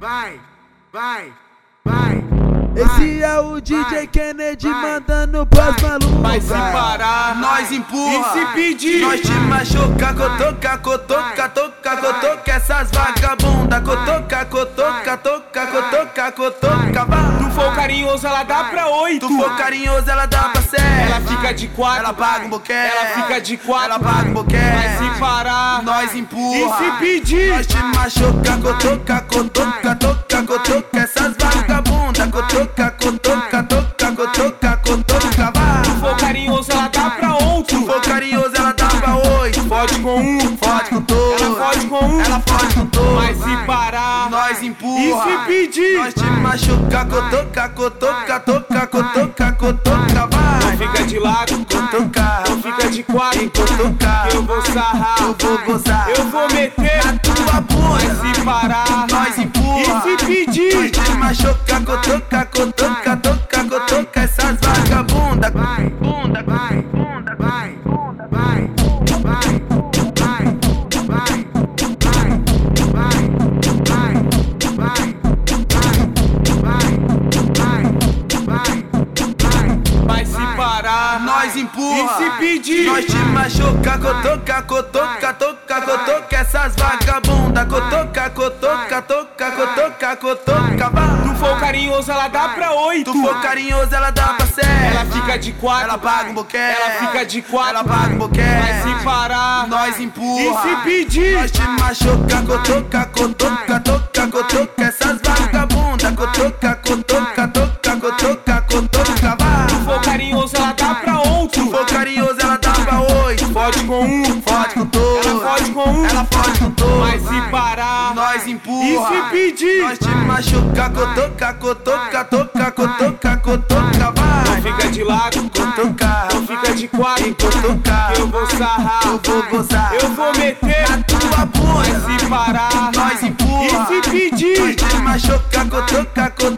vai, vai, vai. Esse é o DJ Kennedy vai, mandando pros vai, malucos. Mas se Vai, parar, vai, nós empurra. e se pedir, nós te vai, machuca. Cotoca, vai, cotoca, vai, toca, vai, cotoca. Essas vai, vagabunda. Cotoca, vai, cotoca, vai, toca, vai, cotoca, cotoca. vai, Vai. Tu for vai, Carinhoso, ela dá vai. pra oito. Tu for vai, carinhoso, ela dá vai, pra Ela sete. fica vai, de quatro. Ela paga um boquete. Ela fica de quatro. Ela paga um boquete. Mas se parar, Nós vai. empurra. E se pedir? Nós te Vai. machuca. Vai. Cotoca, cotoca, Vai. toca, cotoca. Vai. Essas Vai. vagabunda. Vai. Cotoca, cotoca, Vai. toca, cotoca, cotoca. Tu Vai. for carinhoso, ela dá pra outro. Tu for carinhoso, ela dá pra oito. Fode com um, Fode com dois. Ela fode com um. Ela fode com Mas dois. se parar, Nós empurra. E se pedir? Nós te machuca. Cotoca, cotoca, toca, cotoca, cotoca. tu Vai. fica de lado, Cotoca. tu fica de quatro, Cotoca. eu vou sarrar, Eu vou gozar. eu vou meter na tua bunda. Mas se parar, Nós empurra. E se pedir? Nós te machuca. Cotoca, cotoca, toca, cotoca. Essas vagabunda. Vai, Bunda, vai, bunda, vai, vai, vai, vai, vai, vai, vai, vai, vai, vai, vai, vai, vai. mas se parar, Nós empurra. E se pedir? Nós te machuca. Cotoca, cotoca, toca, cotoca. Essas vagabunda. Cotoca, cotoca, toca, cotoca, cotoca. Vai. tu for carinhoso, ela dá pra oito. Tu for carinhoso, ela dá pra sete. Ela fica de quatro, Ela paga um boquete. Ela fica de quatro, Ela paga um boquete. mas se parar, Nós empurra. E se pedir? Nós te machuca, cotoca, cotoca, toca, cotoca. Essas vagabunda, cotoca, cotoca, toca, cotoca, cotoca. tu for Vai. carinhoso, ela dá pra outro. Tu for carinhoso, ela dá pra oito. Fode com um, Fode com dois. Ela fode com um. Ela fode com mas dois. se parar, Nós e empurra. se pedir? Nós te machuca, cotoca, cotoca, toca, cotoca, cotoca. Vai. Fica de lado, Cotoca. fica de quatro, Cotoca. eu vou sarrar, Eu vou gozar. eu vou meter na tua bunda. se parar, Nós empurra. E se pedir? Nós te machuca, cotoca, cotoca,